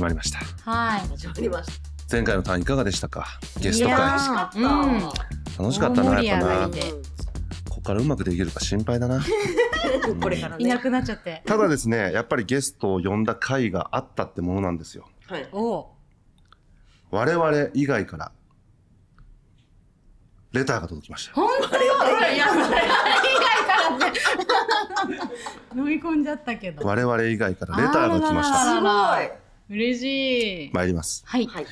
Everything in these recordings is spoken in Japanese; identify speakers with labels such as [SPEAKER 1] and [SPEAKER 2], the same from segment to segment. [SPEAKER 1] まりました
[SPEAKER 2] はい。
[SPEAKER 3] 始まりまし
[SPEAKER 1] 前回のターンいかがでしたかゲス
[SPEAKER 2] い
[SPEAKER 1] ト
[SPEAKER 2] や
[SPEAKER 1] 会
[SPEAKER 2] ー
[SPEAKER 3] た。
[SPEAKER 2] うん
[SPEAKER 3] 楽
[SPEAKER 1] 楽しかったな
[SPEAKER 2] 大盛り
[SPEAKER 1] やっ
[SPEAKER 2] 上
[SPEAKER 1] ぱ
[SPEAKER 2] が
[SPEAKER 1] な
[SPEAKER 2] りで
[SPEAKER 1] ここからうまくできるか心配だな
[SPEAKER 3] うんこれから
[SPEAKER 2] い
[SPEAKER 3] ね
[SPEAKER 2] な。くなっちゃって。
[SPEAKER 1] ただですねやっぱりゲストを呼んだ回があったってものなんですよ
[SPEAKER 3] はい。
[SPEAKER 2] おお。
[SPEAKER 1] 我々以外からレターが届きました
[SPEAKER 2] 本当よ。ほらいやそれ以外からって。飲み込んじゃったけど。
[SPEAKER 1] 我々以外からレターが来まし
[SPEAKER 2] あ
[SPEAKER 1] た
[SPEAKER 2] らら
[SPEAKER 3] す
[SPEAKER 2] 嬉しい。
[SPEAKER 1] 参ります
[SPEAKER 2] はい
[SPEAKER 3] ごい。。はい。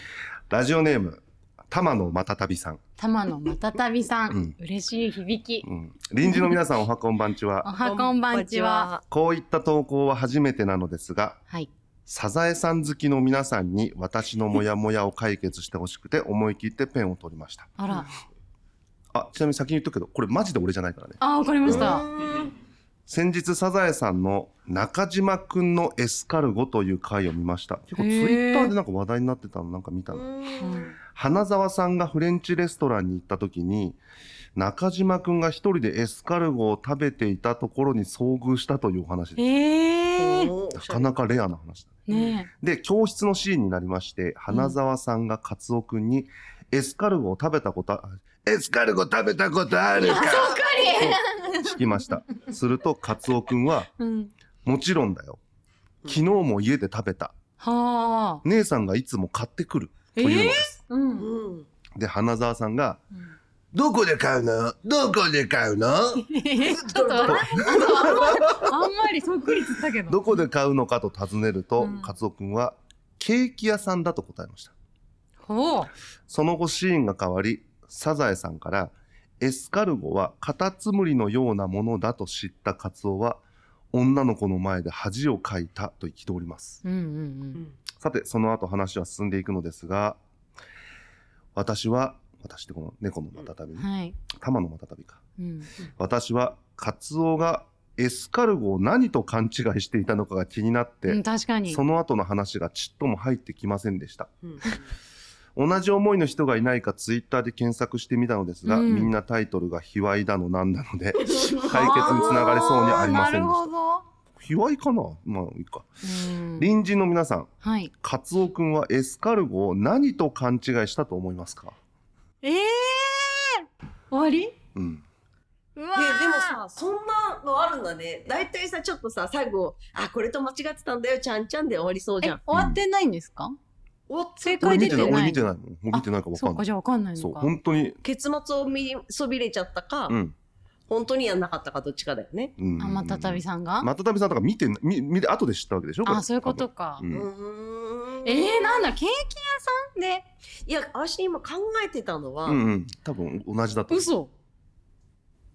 [SPEAKER 1] ラジオネーム玉野またたびさん、
[SPEAKER 2] 玉野またたびさ
[SPEAKER 1] うん
[SPEAKER 2] ん。嬉しい響き。
[SPEAKER 1] うん、臨時の皆さんおはこんばんち
[SPEAKER 2] お
[SPEAKER 1] は
[SPEAKER 2] はこんばんちは。。
[SPEAKER 1] こういった投稿は初めてなのですが
[SPEAKER 2] はい。
[SPEAKER 1] サザエさん好きの皆さんに私のモヤモヤを解決してほしくて思い切ってペンを取りました
[SPEAKER 2] あら。
[SPEAKER 1] あちなみに先に言っとくけどこれマジで俺じゃないからね
[SPEAKER 2] あわかりまし
[SPEAKER 3] う
[SPEAKER 2] た。
[SPEAKER 3] ん
[SPEAKER 1] 先日サザエさんの中島くんのエスカルゴという回を見ました結構ツイ
[SPEAKER 2] へー
[SPEAKER 1] ッターでなんか話題になってたのなんか見たの
[SPEAKER 2] うん
[SPEAKER 1] 花澤さんがフレンチレストランに行った時に中島くんが一人でエスカルゴを食べていたところに遭遇したというお話です
[SPEAKER 2] ええ。
[SPEAKER 1] なかなかレアな話だ
[SPEAKER 2] ね
[SPEAKER 1] で教室のシーンになりまして花澤さんがカツオくんにエスカルゴを食べたことあエスカルゴ食べたことあるかと聞きま したするとカツオくんは
[SPEAKER 2] え。うん。
[SPEAKER 1] もちろんだよ。昨日も家で食べた。
[SPEAKER 2] はあ。
[SPEAKER 1] 姉さんがいつも買ってくる。と
[SPEAKER 2] え
[SPEAKER 1] いうの
[SPEAKER 2] え
[SPEAKER 1] で。す。
[SPEAKER 2] うん。
[SPEAKER 3] うん。
[SPEAKER 1] で、花澤さんが、どこで買うのどこで買うの
[SPEAKER 2] ちょっとあんまあんまりそっくりつったけど。
[SPEAKER 1] どこで買うのかと尋ねると、
[SPEAKER 2] うん
[SPEAKER 1] カツオくんは、ケーキ屋さんだと答えました。
[SPEAKER 2] ほう。
[SPEAKER 1] その後シーンが変わり、サザエさんから、エスカルゴはカタツムリのようなものだと知ったカツオは、女の子の前で恥をかいたと憤ります。
[SPEAKER 2] うんうん
[SPEAKER 1] さて、その後話は進んでいくのですが、私は、私ってこの猫のまたたび
[SPEAKER 2] うん。、はい。
[SPEAKER 1] 玉のまたたびか。
[SPEAKER 2] うん。
[SPEAKER 1] 私は、カツオがエスカルゴを何と勘違いしていたのかが気になっ
[SPEAKER 2] う
[SPEAKER 1] て
[SPEAKER 2] ん、、確かに。
[SPEAKER 1] その後の話がちっとも入ってきませんでした。
[SPEAKER 3] うん
[SPEAKER 1] 同じ思いの人がいないかツイッターで検索してみたのですが、
[SPEAKER 2] うん
[SPEAKER 1] みんなタイトルが卑猥だのなんだので、 解決につながりそうにありませんでした
[SPEAKER 2] あーなるほど。
[SPEAKER 1] 卑猥かなまあいいか。
[SPEAKER 2] うん
[SPEAKER 1] 隣人の皆さん、
[SPEAKER 2] はい。
[SPEAKER 1] カツオくんはエスカルゴを何と勘違いしたと思いますか
[SPEAKER 2] ええー。終わり。
[SPEAKER 1] うん。
[SPEAKER 2] う
[SPEAKER 3] で
[SPEAKER 2] わー
[SPEAKER 3] でもさそんなのあるんだね大体さちょっとさ最後「あこれと間違ってたんだよちゃんちゃん」で終わりそうじ
[SPEAKER 2] え
[SPEAKER 3] ゃん。
[SPEAKER 2] 終わってないんですか。
[SPEAKER 3] お
[SPEAKER 2] 正
[SPEAKER 1] 俺見
[SPEAKER 2] 解
[SPEAKER 1] て
[SPEAKER 2] 出
[SPEAKER 1] な、
[SPEAKER 2] てないい。
[SPEAKER 1] 俺見てないもん。俺見てないからわ
[SPEAKER 2] そ
[SPEAKER 1] か
[SPEAKER 2] うん
[SPEAKER 1] な
[SPEAKER 2] か、
[SPEAKER 1] い。
[SPEAKER 2] じゃ、あわかんない
[SPEAKER 1] そう、
[SPEAKER 2] のか。
[SPEAKER 1] 本当に、
[SPEAKER 3] 結末を見そびれちゃったか、
[SPEAKER 1] うん、
[SPEAKER 3] 本当にやんなかったかどっちかだよね。
[SPEAKER 1] うん。
[SPEAKER 2] あ、またたびさんが。
[SPEAKER 1] またたびさんとか見てな、み、見て、後で知ったわけでしょこれ
[SPEAKER 2] あ、そういうことか
[SPEAKER 1] 多。分うん。
[SPEAKER 3] うーん
[SPEAKER 2] ええー、なんだ、ケーキ屋さんで。
[SPEAKER 3] いや私今考えてたのは、
[SPEAKER 1] うんうん。多分同じだと思う。
[SPEAKER 2] 嘘。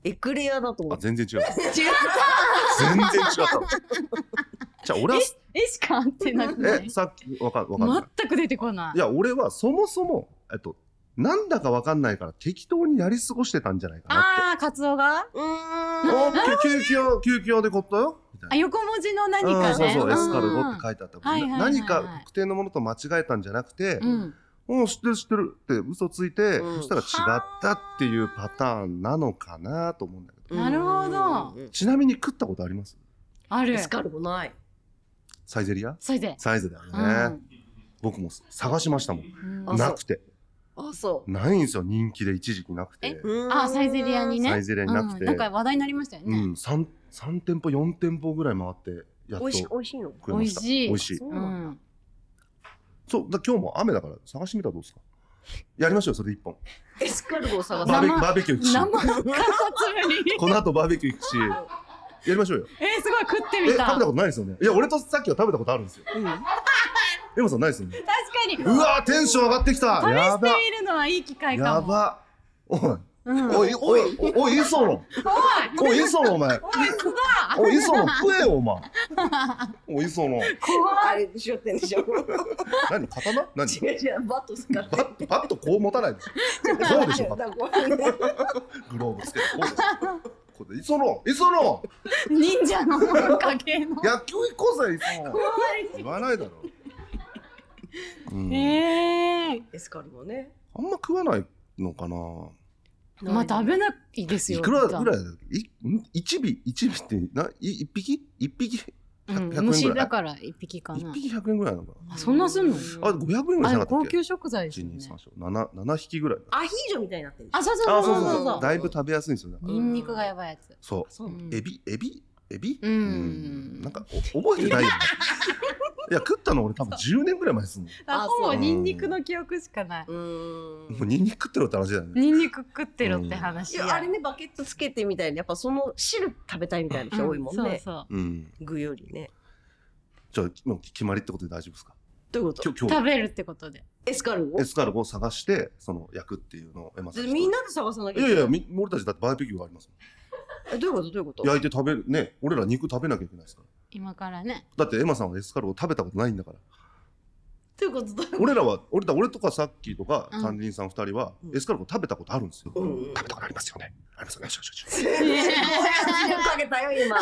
[SPEAKER 3] エクレアだと思
[SPEAKER 1] あ、
[SPEAKER 3] って
[SPEAKER 1] 全然違う。
[SPEAKER 3] 違う
[SPEAKER 1] 全然違ったわ。じゃあ、俺は、
[SPEAKER 2] えしか合ってなくない
[SPEAKER 1] え、。さっき、わかる、わかんない。
[SPEAKER 2] 全く出てこない
[SPEAKER 1] い。や、俺はそもそも、えっと、なんだかわかんないから適当にやり過ごしてたんじゃないかなって。
[SPEAKER 2] ああ、カツオが。
[SPEAKER 3] うーん
[SPEAKER 1] あけ休憩屋、休憩屋で買ったよみたい
[SPEAKER 2] あ、
[SPEAKER 1] な。
[SPEAKER 2] 横文字の何
[SPEAKER 1] うん
[SPEAKER 2] か
[SPEAKER 1] そう
[SPEAKER 2] ね。
[SPEAKER 1] そう、エスカルゴ
[SPEAKER 2] う
[SPEAKER 1] っ
[SPEAKER 2] ん
[SPEAKER 1] て書いてあった。
[SPEAKER 2] はいはいはいはい
[SPEAKER 1] 何か特定のものと間違えたんじゃなくて、
[SPEAKER 2] うん。
[SPEAKER 1] うん、知ってる知ってるって嘘ついて、
[SPEAKER 3] うん
[SPEAKER 1] そしたら違ったっていうパターンなのかなと思うんだけど。
[SPEAKER 2] なるほど
[SPEAKER 3] うん
[SPEAKER 1] ちなみに食ったことあります
[SPEAKER 2] ある
[SPEAKER 3] エ。スカルゴない。
[SPEAKER 1] サイゼリア
[SPEAKER 2] それで。
[SPEAKER 1] サイズだよね、僕も探しましたもん。
[SPEAKER 2] うん
[SPEAKER 3] あそう
[SPEAKER 1] なくて。
[SPEAKER 3] あそ
[SPEAKER 1] ないんですよ、人気で一時期なくて。
[SPEAKER 2] え
[SPEAKER 3] う。うーん
[SPEAKER 2] あ、サイゼリアにね。
[SPEAKER 1] サイゼリアになくて
[SPEAKER 2] うん、なんか話題になりましたよ
[SPEAKER 1] う
[SPEAKER 2] ね。
[SPEAKER 1] ん、3, 三店舗4店舗ぐらい回ってやっと
[SPEAKER 3] 美味しい
[SPEAKER 1] 食
[SPEAKER 3] 美味しいの。
[SPEAKER 1] えました
[SPEAKER 2] 美味しい
[SPEAKER 1] 美味しい
[SPEAKER 3] そう
[SPEAKER 2] う
[SPEAKER 3] なんだ
[SPEAKER 2] ん。
[SPEAKER 1] そうだ今日も雨だから探してみたらどうですかやりましょうそれ一本
[SPEAKER 3] エスカルゴを探す
[SPEAKER 1] バーベ
[SPEAKER 2] 生
[SPEAKER 1] バーベキュー行くし
[SPEAKER 2] 生カタツムリ。
[SPEAKER 1] この後バーベキュー行くしやりましょう よ
[SPEAKER 2] えー、すごい食って
[SPEAKER 1] え食
[SPEAKER 2] み
[SPEAKER 1] べ
[SPEAKER 2] た。
[SPEAKER 1] たこ
[SPEAKER 2] 確か
[SPEAKER 1] とないですよねいや俺とさっきは食べたことあるんですよ
[SPEAKER 3] うん
[SPEAKER 1] エマさんないですよね
[SPEAKER 2] に。試
[SPEAKER 1] うわーテンション上がってきたや
[SPEAKER 2] し
[SPEAKER 1] ば
[SPEAKER 2] てみるのはいい機会かも。
[SPEAKER 1] やばおい
[SPEAKER 2] うん。おい、
[SPEAKER 1] おいおいおい磯野おい磯野お前
[SPEAKER 2] すごい。
[SPEAKER 1] おい磯野食えよお前おい磯野
[SPEAKER 3] あれでしょってんでしょ。
[SPEAKER 1] 何刀何
[SPEAKER 3] 違う違うバット使って
[SPEAKER 1] バ。ットバットこう持たないでしょこうでしょバット
[SPEAKER 3] だからこういうの
[SPEAKER 1] グローブつけてこうですよ。これ磯野磯野
[SPEAKER 2] 忍者の影の。
[SPEAKER 1] 野球行こうぜ磯野言わないだろ、うん
[SPEAKER 2] ええ。
[SPEAKER 3] エスカルゴね。
[SPEAKER 1] あんま食わないのかな
[SPEAKER 2] まあ食べないですよ。
[SPEAKER 1] いくらぐらいいん一尾一尾ってない一匹一匹
[SPEAKER 2] う
[SPEAKER 1] 100円
[SPEAKER 2] ん
[SPEAKER 1] ぐらい
[SPEAKER 2] 虫だから一匹か
[SPEAKER 1] 1
[SPEAKER 2] な。
[SPEAKER 1] 匹100円ぐらいなのか
[SPEAKER 2] あそんなすんの？
[SPEAKER 1] なあ500円ぐらいしなかっ
[SPEAKER 2] あ
[SPEAKER 1] たっ
[SPEAKER 2] 高
[SPEAKER 1] け
[SPEAKER 2] 級食材ですよね。
[SPEAKER 1] 12347匹ぐらい
[SPEAKER 3] アヒージョみたいになってる
[SPEAKER 2] あそうそ
[SPEAKER 1] あ
[SPEAKER 2] う
[SPEAKER 1] そ
[SPEAKER 2] そうう
[SPEAKER 1] そうそ
[SPEAKER 2] そうそうう
[SPEAKER 1] だいぶ食べやすいんですよだから
[SPEAKER 2] ニンニクがやばいやつ。
[SPEAKER 1] そう
[SPEAKER 3] そうなの
[SPEAKER 1] エビエビエビ
[SPEAKER 2] うん
[SPEAKER 1] なんかお覚えてないよねいや食ったの俺多分10年ぐらい前ですもんも
[SPEAKER 2] あ
[SPEAKER 3] あ
[SPEAKER 2] ほぼ
[SPEAKER 3] そう
[SPEAKER 2] ニンニクの記憶しかない。
[SPEAKER 3] うーん
[SPEAKER 1] うニンニク食ってろって話だよね
[SPEAKER 2] ニンニク食ってろって話
[SPEAKER 3] い
[SPEAKER 2] や。
[SPEAKER 3] やあれねバケットつけてみたいなやっぱその汁食べたいみたい
[SPEAKER 2] う
[SPEAKER 3] な
[SPEAKER 2] ん
[SPEAKER 3] 人多いもんね、
[SPEAKER 2] そう
[SPEAKER 1] うん
[SPEAKER 3] 具よりね
[SPEAKER 1] じゃあもう決まりってことで大丈夫ですか
[SPEAKER 3] どういうこ
[SPEAKER 1] 今
[SPEAKER 3] と
[SPEAKER 1] 日
[SPEAKER 2] そう。
[SPEAKER 1] 今
[SPEAKER 2] 食べるってことで。
[SPEAKER 3] エスカルゴ
[SPEAKER 1] 日エスカルゴを探してその焼くっていうのをエマさん
[SPEAKER 3] みんなで探さなき
[SPEAKER 1] い
[SPEAKER 3] ゃ
[SPEAKER 1] や
[SPEAKER 3] け
[SPEAKER 1] い
[SPEAKER 3] な
[SPEAKER 1] やみ俺たちだってバーベキューがありますも
[SPEAKER 3] えどういうことどういうこと
[SPEAKER 1] ん焼いて食べるね俺ら肉食べなきゃいけないですから
[SPEAKER 2] 今からね。
[SPEAKER 1] だってエマさんはエスカルゴ食べたことないんだから
[SPEAKER 3] どういうことどういうこ
[SPEAKER 1] 俺らは俺だ俺とかさっきとか
[SPEAKER 2] うん
[SPEAKER 1] 三人さん二人は
[SPEAKER 3] うん
[SPEAKER 1] エスカルゴ食べたことあるんですよ、
[SPEAKER 3] とうんうん
[SPEAKER 1] 食べたことありますよねありますよねしょしょしょ
[SPEAKER 3] すごい圧力かけたよ今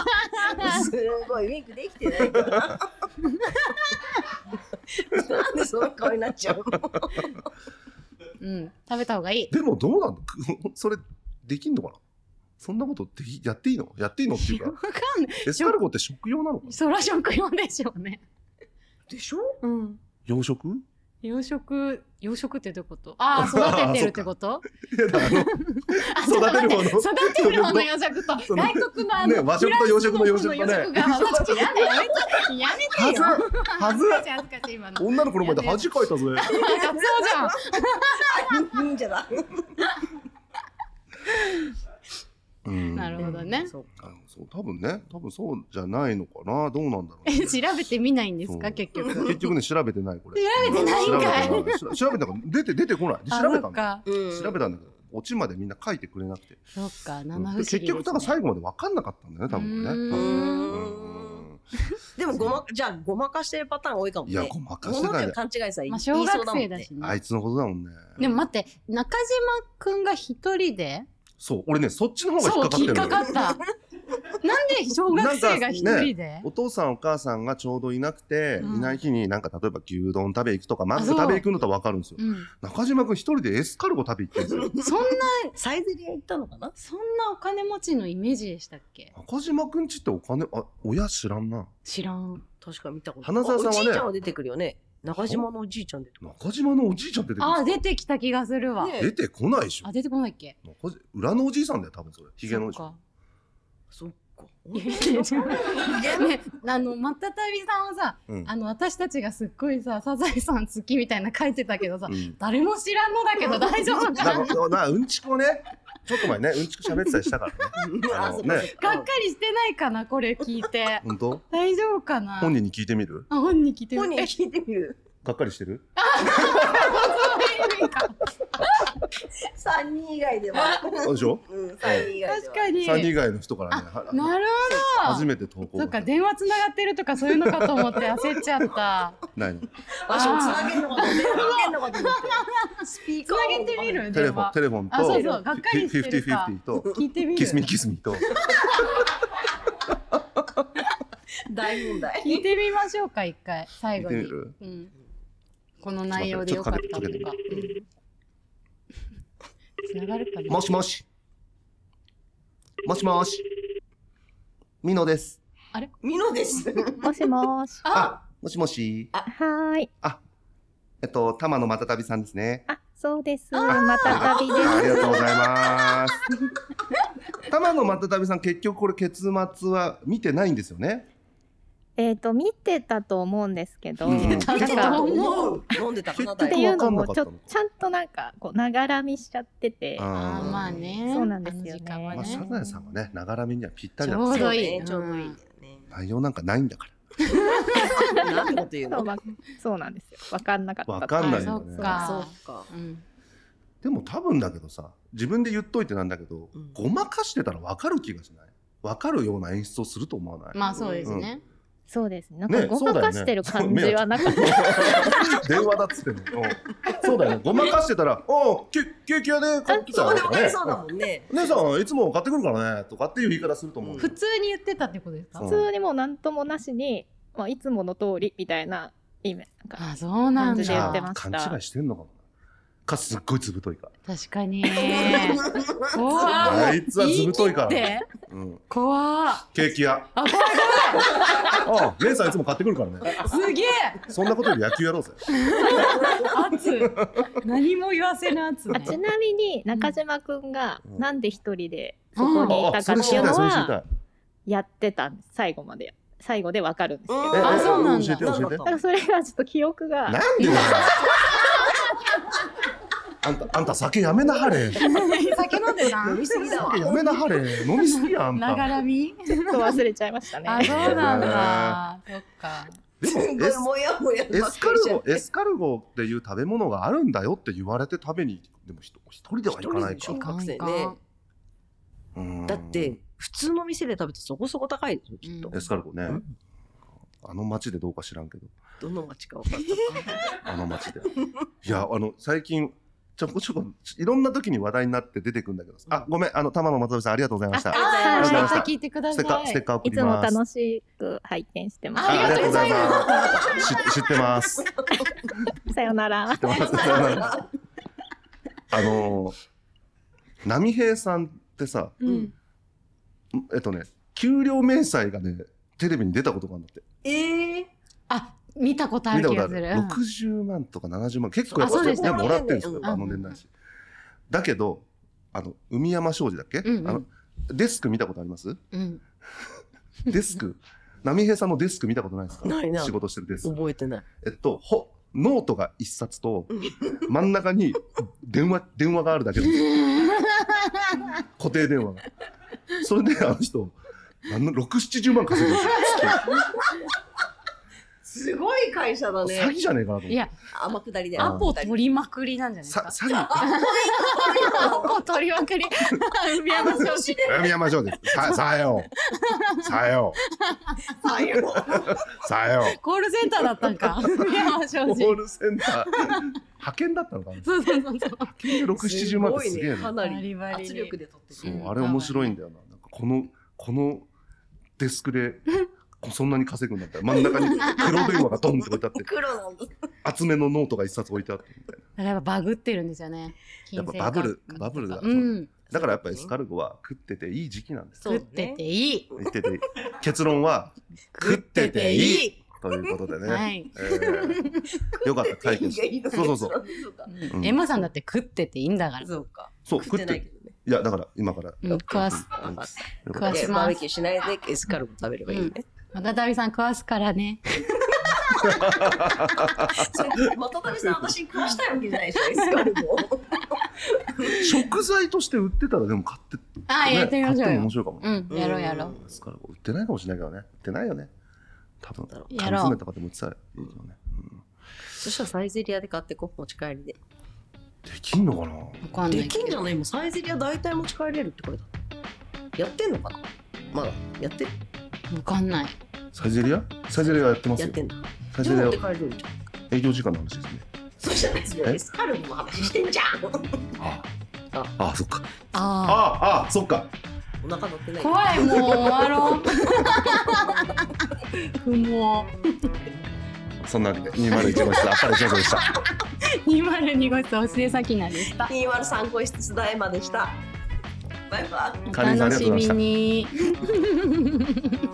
[SPEAKER 3] すごいウィンクできてないからなんでその顔になっちゃうの
[SPEAKER 2] うん食べた方がいい。
[SPEAKER 1] でもどうなんの それできんのかなそんなことできやっていいのやっていいのっていう
[SPEAKER 2] わ
[SPEAKER 1] か
[SPEAKER 2] かんない。
[SPEAKER 1] エスカルゴって食用なのかな
[SPEAKER 2] そら食用でしょうね。
[SPEAKER 3] でしょ
[SPEAKER 2] うん。
[SPEAKER 1] 養殖
[SPEAKER 2] 養殖養殖ってどういうこと？ああ育ててるってこと？
[SPEAKER 1] いやだから
[SPEAKER 2] あ
[SPEAKER 1] そうか育てる方の
[SPEAKER 2] 育てる方の養殖と
[SPEAKER 1] その
[SPEAKER 2] 外国のあ
[SPEAKER 1] ね
[SPEAKER 2] の
[SPEAKER 1] 和食と洋食の養殖とね
[SPEAKER 2] フランスの方の養殖が私やめやめてよ。
[SPEAKER 1] はず
[SPEAKER 2] 恥ずかしい恥ずかしい今
[SPEAKER 1] あ
[SPEAKER 2] の。
[SPEAKER 1] の女の子の前で恥かいたぜ
[SPEAKER 2] カツオじゃん。
[SPEAKER 3] 忍者だ
[SPEAKER 1] うん
[SPEAKER 2] なるほどね。
[SPEAKER 3] そう
[SPEAKER 1] あのそう多分ね多分そうじゃないのかなどうなんだろう、
[SPEAKER 2] え
[SPEAKER 1] ね、
[SPEAKER 2] 調べてみないんです
[SPEAKER 1] そ
[SPEAKER 2] か
[SPEAKER 1] う
[SPEAKER 2] 結局。
[SPEAKER 1] 結局ね調べてないこれ
[SPEAKER 2] 調べてないんかい
[SPEAKER 1] 調べてない調べたから出て出てこないで
[SPEAKER 2] あ
[SPEAKER 1] 調べたんだ
[SPEAKER 2] か。
[SPEAKER 3] うん
[SPEAKER 1] 調べたんだけどオチまでみんな書いてくれなくて
[SPEAKER 2] そっか
[SPEAKER 1] うん
[SPEAKER 2] 七不
[SPEAKER 1] で
[SPEAKER 2] 思議です
[SPEAKER 1] 結
[SPEAKER 2] ね。
[SPEAKER 1] 局だから最後まで分かんなかったんだよね多分ね
[SPEAKER 2] う
[SPEAKER 1] 多分
[SPEAKER 3] ー
[SPEAKER 1] うんん
[SPEAKER 3] でもごまじゃあごまかしてるパターン多いかもね
[SPEAKER 1] いやごまか
[SPEAKER 3] ご
[SPEAKER 1] して
[SPEAKER 3] ま
[SPEAKER 1] た
[SPEAKER 3] か
[SPEAKER 1] ね
[SPEAKER 3] 勘違いさ
[SPEAKER 2] まあ小学生だ
[SPEAKER 3] 言い
[SPEAKER 2] し
[SPEAKER 1] あ
[SPEAKER 2] ね。
[SPEAKER 1] いつのことだもんね
[SPEAKER 2] でも待って中島くんが一人で。
[SPEAKER 1] そう俺ねそっちの方が引っ
[SPEAKER 2] そう
[SPEAKER 1] かかってるの
[SPEAKER 2] 引っか
[SPEAKER 1] よ
[SPEAKER 2] かった。なんで小学生が一人で？
[SPEAKER 1] お父さんお母さんがちょうどいなくて、
[SPEAKER 2] うん
[SPEAKER 1] いない日になんか例えば牛丼食べ行くとかマンゴー
[SPEAKER 2] あそう
[SPEAKER 1] 食べ行くのと分かるんですよ
[SPEAKER 2] うん。
[SPEAKER 1] 中島君一人でエスカルゴ食べ行ってるんです よ
[SPEAKER 2] そんな
[SPEAKER 3] そうだもんねサイゼリア行ったのかな
[SPEAKER 2] そんなお金持ちのイメージでしたっけ？
[SPEAKER 1] 中島君ちってお金あ親知らんな
[SPEAKER 2] 知らん。
[SPEAKER 3] 確か見たこと
[SPEAKER 1] 花澤さんはね
[SPEAKER 3] おじいちゃんは出てくるよね中島のおじいちゃん出てくる
[SPEAKER 1] 中島のおじいちゃん出てくる
[SPEAKER 2] あ、出てきた気がするわ。
[SPEAKER 3] ね
[SPEAKER 1] 出てこないでしょ
[SPEAKER 2] あ、出てこないっけ。
[SPEAKER 1] 中島裏のおじいさんだよ多分それひげのおじいさん
[SPEAKER 2] そっか
[SPEAKER 3] そっ
[SPEAKER 2] い
[SPEAKER 3] か
[SPEAKER 2] やいやいやね、あの、またたびさんはさ、
[SPEAKER 1] うん
[SPEAKER 2] あの、私たちがすっごいさ、サザエさん好きみたいな書いてたけどさ、
[SPEAKER 1] うん
[SPEAKER 2] 誰も知らんのだけど大丈夫かな
[SPEAKER 1] なんかなうんちくをねちょっと前ねうんちく喋ってたりした からねあ
[SPEAKER 3] あ
[SPEAKER 1] の
[SPEAKER 3] そっかそ
[SPEAKER 1] ね
[SPEAKER 3] っか
[SPEAKER 2] がっかりしてないかな、これ聞いて。
[SPEAKER 1] 本当
[SPEAKER 2] 大丈夫かな
[SPEAKER 1] 本人に聞いてみる
[SPEAKER 2] あ本に聞いてる
[SPEAKER 3] 本人
[SPEAKER 2] え
[SPEAKER 3] に聞いてみる
[SPEAKER 1] がっかりしてる
[SPEAKER 2] そういう意味か
[SPEAKER 3] 三人以外では
[SPEAKER 1] そうでしょ
[SPEAKER 3] うん三人以外で
[SPEAKER 2] 確
[SPEAKER 3] は
[SPEAKER 2] かに。
[SPEAKER 1] 3人以外の人からねは
[SPEAKER 2] なるほ
[SPEAKER 1] 初
[SPEAKER 2] ど。
[SPEAKER 1] めて投稿
[SPEAKER 2] そっか、電話つながってるとかそういうのかと思って焦っちゃ った。
[SPEAKER 1] ないの
[SPEAKER 3] 場所をつなげんのかと思ってつなげんのかと思ってスピー
[SPEAKER 2] つなげてみる
[SPEAKER 1] テレフ
[SPEAKER 2] 電
[SPEAKER 1] ォン
[SPEAKER 2] 話
[SPEAKER 1] テ。レフォンと
[SPEAKER 2] あ、そうそう、がっかりしてるさ。
[SPEAKER 1] 50-50と
[SPEAKER 2] 聞いてみる。
[SPEAKER 1] キスミキスミと
[SPEAKER 3] 大問題
[SPEAKER 2] 聞いてみましょうか一回最後
[SPEAKER 1] 見
[SPEAKER 2] に
[SPEAKER 1] てみる
[SPEAKER 2] うん、この内容でよかったとか
[SPEAKER 1] ちょっとか
[SPEAKER 2] つながるかな
[SPEAKER 1] もしもしもしもしミノです
[SPEAKER 3] ミノです
[SPEAKER 4] もしもーし。
[SPEAKER 2] あ
[SPEAKER 1] もしもし
[SPEAKER 4] はーい。
[SPEAKER 1] えっと玉野またたびさんですね
[SPEAKER 4] あ、そうです。また旅です。
[SPEAKER 1] ありがとうござい ます玉野またたびさん結局これ結末は見てないんですよね
[SPEAKER 4] えっ、と、見てたと思うんですけど、
[SPEAKER 1] うん
[SPEAKER 4] なん
[SPEAKER 2] 見てた
[SPEAKER 4] か
[SPEAKER 2] と、
[SPEAKER 4] っ
[SPEAKER 2] 思
[SPEAKER 3] う飲んでたかな
[SPEAKER 1] 結
[SPEAKER 4] て
[SPEAKER 1] 局
[SPEAKER 4] い
[SPEAKER 1] は
[SPEAKER 4] うのも、ち
[SPEAKER 1] わかんなかった
[SPEAKER 4] ょ
[SPEAKER 1] のか
[SPEAKER 4] ちゃんとなんか、こう、ながらみしちゃってて。
[SPEAKER 1] あ
[SPEAKER 2] あ
[SPEAKER 1] ー
[SPEAKER 2] まあね
[SPEAKER 4] そうなんですよね
[SPEAKER 2] あの時間は
[SPEAKER 1] まあ、
[SPEAKER 2] ね
[SPEAKER 1] サザエさんはねながらみにはぴったりだ
[SPEAKER 2] ちょう
[SPEAKER 1] から
[SPEAKER 2] どいい
[SPEAKER 3] そうねちょうどいいんだよね
[SPEAKER 1] 内容なんかないんだから
[SPEAKER 3] なんてこと言う
[SPEAKER 4] そう
[SPEAKER 3] の
[SPEAKER 4] わそうなんですよ。わかんなかった。
[SPEAKER 1] わかんない
[SPEAKER 2] あ
[SPEAKER 1] よ
[SPEAKER 2] そ
[SPEAKER 1] ね
[SPEAKER 2] っか
[SPEAKER 3] そうか
[SPEAKER 2] うん
[SPEAKER 1] でも多分だけどさ自分で言っといてなんだけど、
[SPEAKER 3] うん
[SPEAKER 1] ごまかしてたら分かる気がしない分かるような演出をすると思わない、
[SPEAKER 2] まあそうですね、
[SPEAKER 4] そうですね。なん
[SPEAKER 1] ね
[SPEAKER 4] か、ごまかしてる感じはなかった。
[SPEAKER 1] 電話だっつってんのうんそうだよねごまかしてたら「おうき救急で買ってきた
[SPEAKER 3] そ
[SPEAKER 1] よ
[SPEAKER 3] う
[SPEAKER 1] とか
[SPEAKER 3] でもな
[SPEAKER 1] ね
[SPEAKER 3] りそうだもんね
[SPEAKER 1] 姉さんいつも買ってくるからね」とかっていう言い方すると思う
[SPEAKER 3] うん
[SPEAKER 2] 普通に言ってたってことですか
[SPEAKER 1] そう
[SPEAKER 4] 普通にもう何ともなしに、まあ、いつもの通りみたいな意味。なんか
[SPEAKER 2] あそうなん
[SPEAKER 4] 感じで言っ
[SPEAKER 2] だ
[SPEAKER 4] てました
[SPEAKER 1] 勘違いしてんのかもかすっごいずぶといか
[SPEAKER 2] 確かに
[SPEAKER 3] そう
[SPEAKER 2] わあ
[SPEAKER 1] あいつはずぶといから
[SPEAKER 2] 言い切って
[SPEAKER 1] うん、
[SPEAKER 2] 怖っ
[SPEAKER 1] ケーキ屋
[SPEAKER 2] あ怖い
[SPEAKER 1] ああ、レンさんいつも買ってくるからね。
[SPEAKER 2] 怖いすげえ
[SPEAKER 1] そんなことより野球やろうぜ。
[SPEAKER 2] 圧何も言わせぬ圧
[SPEAKER 4] あ
[SPEAKER 2] ね
[SPEAKER 4] ちなみに中島くんが
[SPEAKER 1] うん
[SPEAKER 4] なんで一人でそこにい
[SPEAKER 1] ああ、
[SPEAKER 4] た
[SPEAKER 1] そ
[SPEAKER 4] か
[SPEAKER 1] れ
[SPEAKER 4] っ
[SPEAKER 1] 知
[SPEAKER 4] てい
[SPEAKER 1] り
[SPEAKER 4] う
[SPEAKER 1] たい、
[SPEAKER 4] の
[SPEAKER 1] それ知りた。
[SPEAKER 4] はいやってたんです最後まで最後でわかるんですけど
[SPEAKER 3] え
[SPEAKER 4] だ
[SPEAKER 2] あそうなんだ
[SPEAKER 1] 教えて
[SPEAKER 3] なんだ
[SPEAKER 1] 教
[SPEAKER 3] っ
[SPEAKER 1] えて
[SPEAKER 3] たの。
[SPEAKER 4] からそれがちょっと記憶が
[SPEAKER 1] なんでだよ。あんた、あんた酒やめなはれ。酒
[SPEAKER 2] 酒飲んでた
[SPEAKER 3] 飲みすぎだわ。
[SPEAKER 1] やめなはれ。飲みすぎやあん
[SPEAKER 2] なが
[SPEAKER 1] た。
[SPEAKER 2] らみ
[SPEAKER 4] ちょっと忘れちゃいましたね
[SPEAKER 2] あそうなんだそっか
[SPEAKER 1] ですも、
[SPEAKER 3] ごい
[SPEAKER 1] エス
[SPEAKER 3] もやもやばっかり
[SPEAKER 1] エ
[SPEAKER 3] し
[SPEAKER 1] スカル
[SPEAKER 3] ちゃっ
[SPEAKER 1] ゴ、
[SPEAKER 3] て
[SPEAKER 1] エスカルゴっていう食べ物があるんだよって言われて食べに、でもひと一人では行かないか
[SPEAKER 3] 一人。でしょ学生ね
[SPEAKER 2] いかんいかん
[SPEAKER 1] うん
[SPEAKER 3] だって、普通の店で食べてそこそこ高いでしょきっと、
[SPEAKER 2] うん
[SPEAKER 1] エスカルゴね
[SPEAKER 3] うん。
[SPEAKER 1] あの町でどうか知らんけど。
[SPEAKER 3] どの町か分かんない
[SPEAKER 1] あの街で。いや、あの、最近、ちょこちょこ、いろんな時に話題になって出てくるんだけどさ、あ、ごめん、あの、玉野松尾さん、ありがとうございました。
[SPEAKER 2] あ
[SPEAKER 1] りがとうございま
[SPEAKER 2] ー
[SPEAKER 1] した
[SPEAKER 2] 聞いてくだ
[SPEAKER 1] ス
[SPEAKER 2] さ
[SPEAKER 1] テ
[SPEAKER 2] い
[SPEAKER 1] ッカー、ステッカー送
[SPEAKER 4] い
[SPEAKER 1] り
[SPEAKER 4] つも
[SPEAKER 1] ます。
[SPEAKER 4] 楽しく拝見してま
[SPEAKER 1] あありがとうござい
[SPEAKER 2] ありがとうござい
[SPEAKER 1] ます。知知ってます。知
[SPEAKER 4] すさよなら
[SPEAKER 1] ってます。あのー、波平さんってさ、
[SPEAKER 2] う
[SPEAKER 3] うんん
[SPEAKER 1] えっとね、給料明細がね、テレビに出たことがあるんだって。
[SPEAKER 3] ええ
[SPEAKER 2] あ見たことあ
[SPEAKER 1] 見た
[SPEAKER 2] る
[SPEAKER 1] こ
[SPEAKER 2] 気
[SPEAKER 1] とあ
[SPEAKER 2] が
[SPEAKER 1] る
[SPEAKER 2] する。
[SPEAKER 1] 六十万とか七十万、結構やっ
[SPEAKER 2] あそう
[SPEAKER 1] ぱ、
[SPEAKER 2] で
[SPEAKER 1] ね、
[SPEAKER 2] した
[SPEAKER 1] もらってるんですよ
[SPEAKER 3] う、ん
[SPEAKER 1] あの年代し。だけど、あの、海山商事だっけ、
[SPEAKER 2] うんうん
[SPEAKER 1] あの、デスク見たことあります。
[SPEAKER 2] うん
[SPEAKER 1] デスク、 波平さんのデスク見たことないですか
[SPEAKER 3] ないな
[SPEAKER 1] 仕事してるデスク。
[SPEAKER 3] 覚えてない
[SPEAKER 1] えっと、ほ、ノートが一冊と、真ん中に電話、電話があるだけです。固定電話が。それで、あの人、なんの、六七十万稼いでるんですよ
[SPEAKER 3] すごい会社だ
[SPEAKER 1] きっと詐欺
[SPEAKER 3] ね
[SPEAKER 1] じゃねえかなと思っ
[SPEAKER 2] い
[SPEAKER 1] て。
[SPEAKER 2] や
[SPEAKER 3] 天下りだよ
[SPEAKER 2] アポ取りまくりなんじゃないです
[SPEAKER 1] さ、
[SPEAKER 2] か
[SPEAKER 1] 詐欺、
[SPEAKER 2] アポ取りまくり海山商事
[SPEAKER 1] 海山城です。さ、さよう。さよ
[SPEAKER 3] さよ
[SPEAKER 1] う。さよ
[SPEAKER 2] コールセンターだったんか海山
[SPEAKER 1] う。
[SPEAKER 2] 商
[SPEAKER 1] コ
[SPEAKER 2] 事
[SPEAKER 1] ールセンター。派遣だったのかな派
[SPEAKER 2] そうそうそうそう
[SPEAKER 1] 遣で 六七十万ってすげえ
[SPEAKER 3] す
[SPEAKER 1] な
[SPEAKER 3] ごいねか。
[SPEAKER 2] バ
[SPEAKER 3] な
[SPEAKER 2] リ
[SPEAKER 3] り
[SPEAKER 2] バリに
[SPEAKER 3] 圧力で取って
[SPEAKER 1] そう
[SPEAKER 3] る
[SPEAKER 2] うん
[SPEAKER 1] あれ面白いんだよななんかこのこのデスクでこそんなに稼ぐんだったら真ん中に黒電話がドンって置いてあって
[SPEAKER 3] 黒なんだ
[SPEAKER 1] 厚めのノートが一冊置いてあってみたい
[SPEAKER 2] だからやっぱバグってるんですよね
[SPEAKER 1] やっぱバブル
[SPEAKER 2] 金銭感覚とか
[SPEAKER 1] バブルだ
[SPEAKER 2] うん
[SPEAKER 1] なだからやっぱエスカルゴは食ってていい時期なんです
[SPEAKER 3] そう
[SPEAKER 2] 食
[SPEAKER 3] ね
[SPEAKER 2] ってていい
[SPEAKER 1] 言っててい い結論は食ってていいということでね、
[SPEAKER 2] はい
[SPEAKER 1] えーよかった解決そうそうそう
[SPEAKER 3] そうか
[SPEAKER 1] うん
[SPEAKER 2] エマさんだって食ってていいんだから
[SPEAKER 3] そうか
[SPEAKER 1] そう
[SPEAKER 3] 食
[SPEAKER 1] 食
[SPEAKER 3] っ
[SPEAKER 1] ってて
[SPEAKER 3] ない
[SPEAKER 1] い
[SPEAKER 3] けどね
[SPEAKER 1] やだから今から
[SPEAKER 2] うん食わす
[SPEAKER 1] うんよ
[SPEAKER 2] 食わ
[SPEAKER 1] かっ
[SPEAKER 2] します
[SPEAKER 3] バーベキューしないでエスカルゴ食べればいいね
[SPEAKER 2] またたびさん食わすからね
[SPEAKER 3] それ元旅さん私食わしたいわけじゃないでしょエスカルゴ
[SPEAKER 1] た食材として売ってたらでも買って、
[SPEAKER 2] あーやってみましょ
[SPEAKER 1] 買
[SPEAKER 2] う
[SPEAKER 1] っても
[SPEAKER 2] よ
[SPEAKER 1] 面白いかもね、
[SPEAKER 2] うんやろうやろう
[SPEAKER 1] エスカルゴ売ってないかもしれないけどね売ってないよね多分
[SPEAKER 3] だろう
[SPEAKER 1] 缶
[SPEAKER 2] やろう
[SPEAKER 1] 詰とかでも売ってたらいいよね、うん
[SPEAKER 3] そしたらサイゼリアで買ってこう持ち帰りで
[SPEAKER 1] できんのかな
[SPEAKER 2] わかんな
[SPEAKER 3] で
[SPEAKER 2] い
[SPEAKER 3] き
[SPEAKER 2] け
[SPEAKER 3] んじゃ
[SPEAKER 2] ど
[SPEAKER 3] ないもうサイゼリア大体持ち帰れるってこれだやってんのかなまだやってる
[SPEAKER 2] わかんない
[SPEAKER 1] サイゼリアサイゼリアやってます
[SPEAKER 3] やっ
[SPEAKER 1] よ
[SPEAKER 3] てんだ
[SPEAKER 1] サイ
[SPEAKER 3] じ
[SPEAKER 1] ゼ
[SPEAKER 3] ゃあ
[SPEAKER 1] リ
[SPEAKER 3] 持
[SPEAKER 1] ア
[SPEAKER 3] って帰れるじゃん
[SPEAKER 1] 営業時間の話ですね
[SPEAKER 3] そうじゃないですよ
[SPEAKER 1] え
[SPEAKER 3] エスカルゴの話してんじゃん
[SPEAKER 1] あ
[SPEAKER 3] あ
[SPEAKER 1] ああそっかあ
[SPEAKER 2] あ
[SPEAKER 1] ああそっか
[SPEAKER 3] お腹乗ってな
[SPEAKER 2] あ怖
[SPEAKER 3] い
[SPEAKER 2] いもう終わろ う不毛
[SPEAKER 1] そんなわけで201号室あっぱれ上手でした
[SPEAKER 2] 202号室星江咲菜でした
[SPEAKER 3] 203個室須田エマでしたバイバイ
[SPEAKER 2] お
[SPEAKER 1] カリンさんありがと
[SPEAKER 2] 楽し
[SPEAKER 1] うございま
[SPEAKER 2] み
[SPEAKER 1] した
[SPEAKER 2] に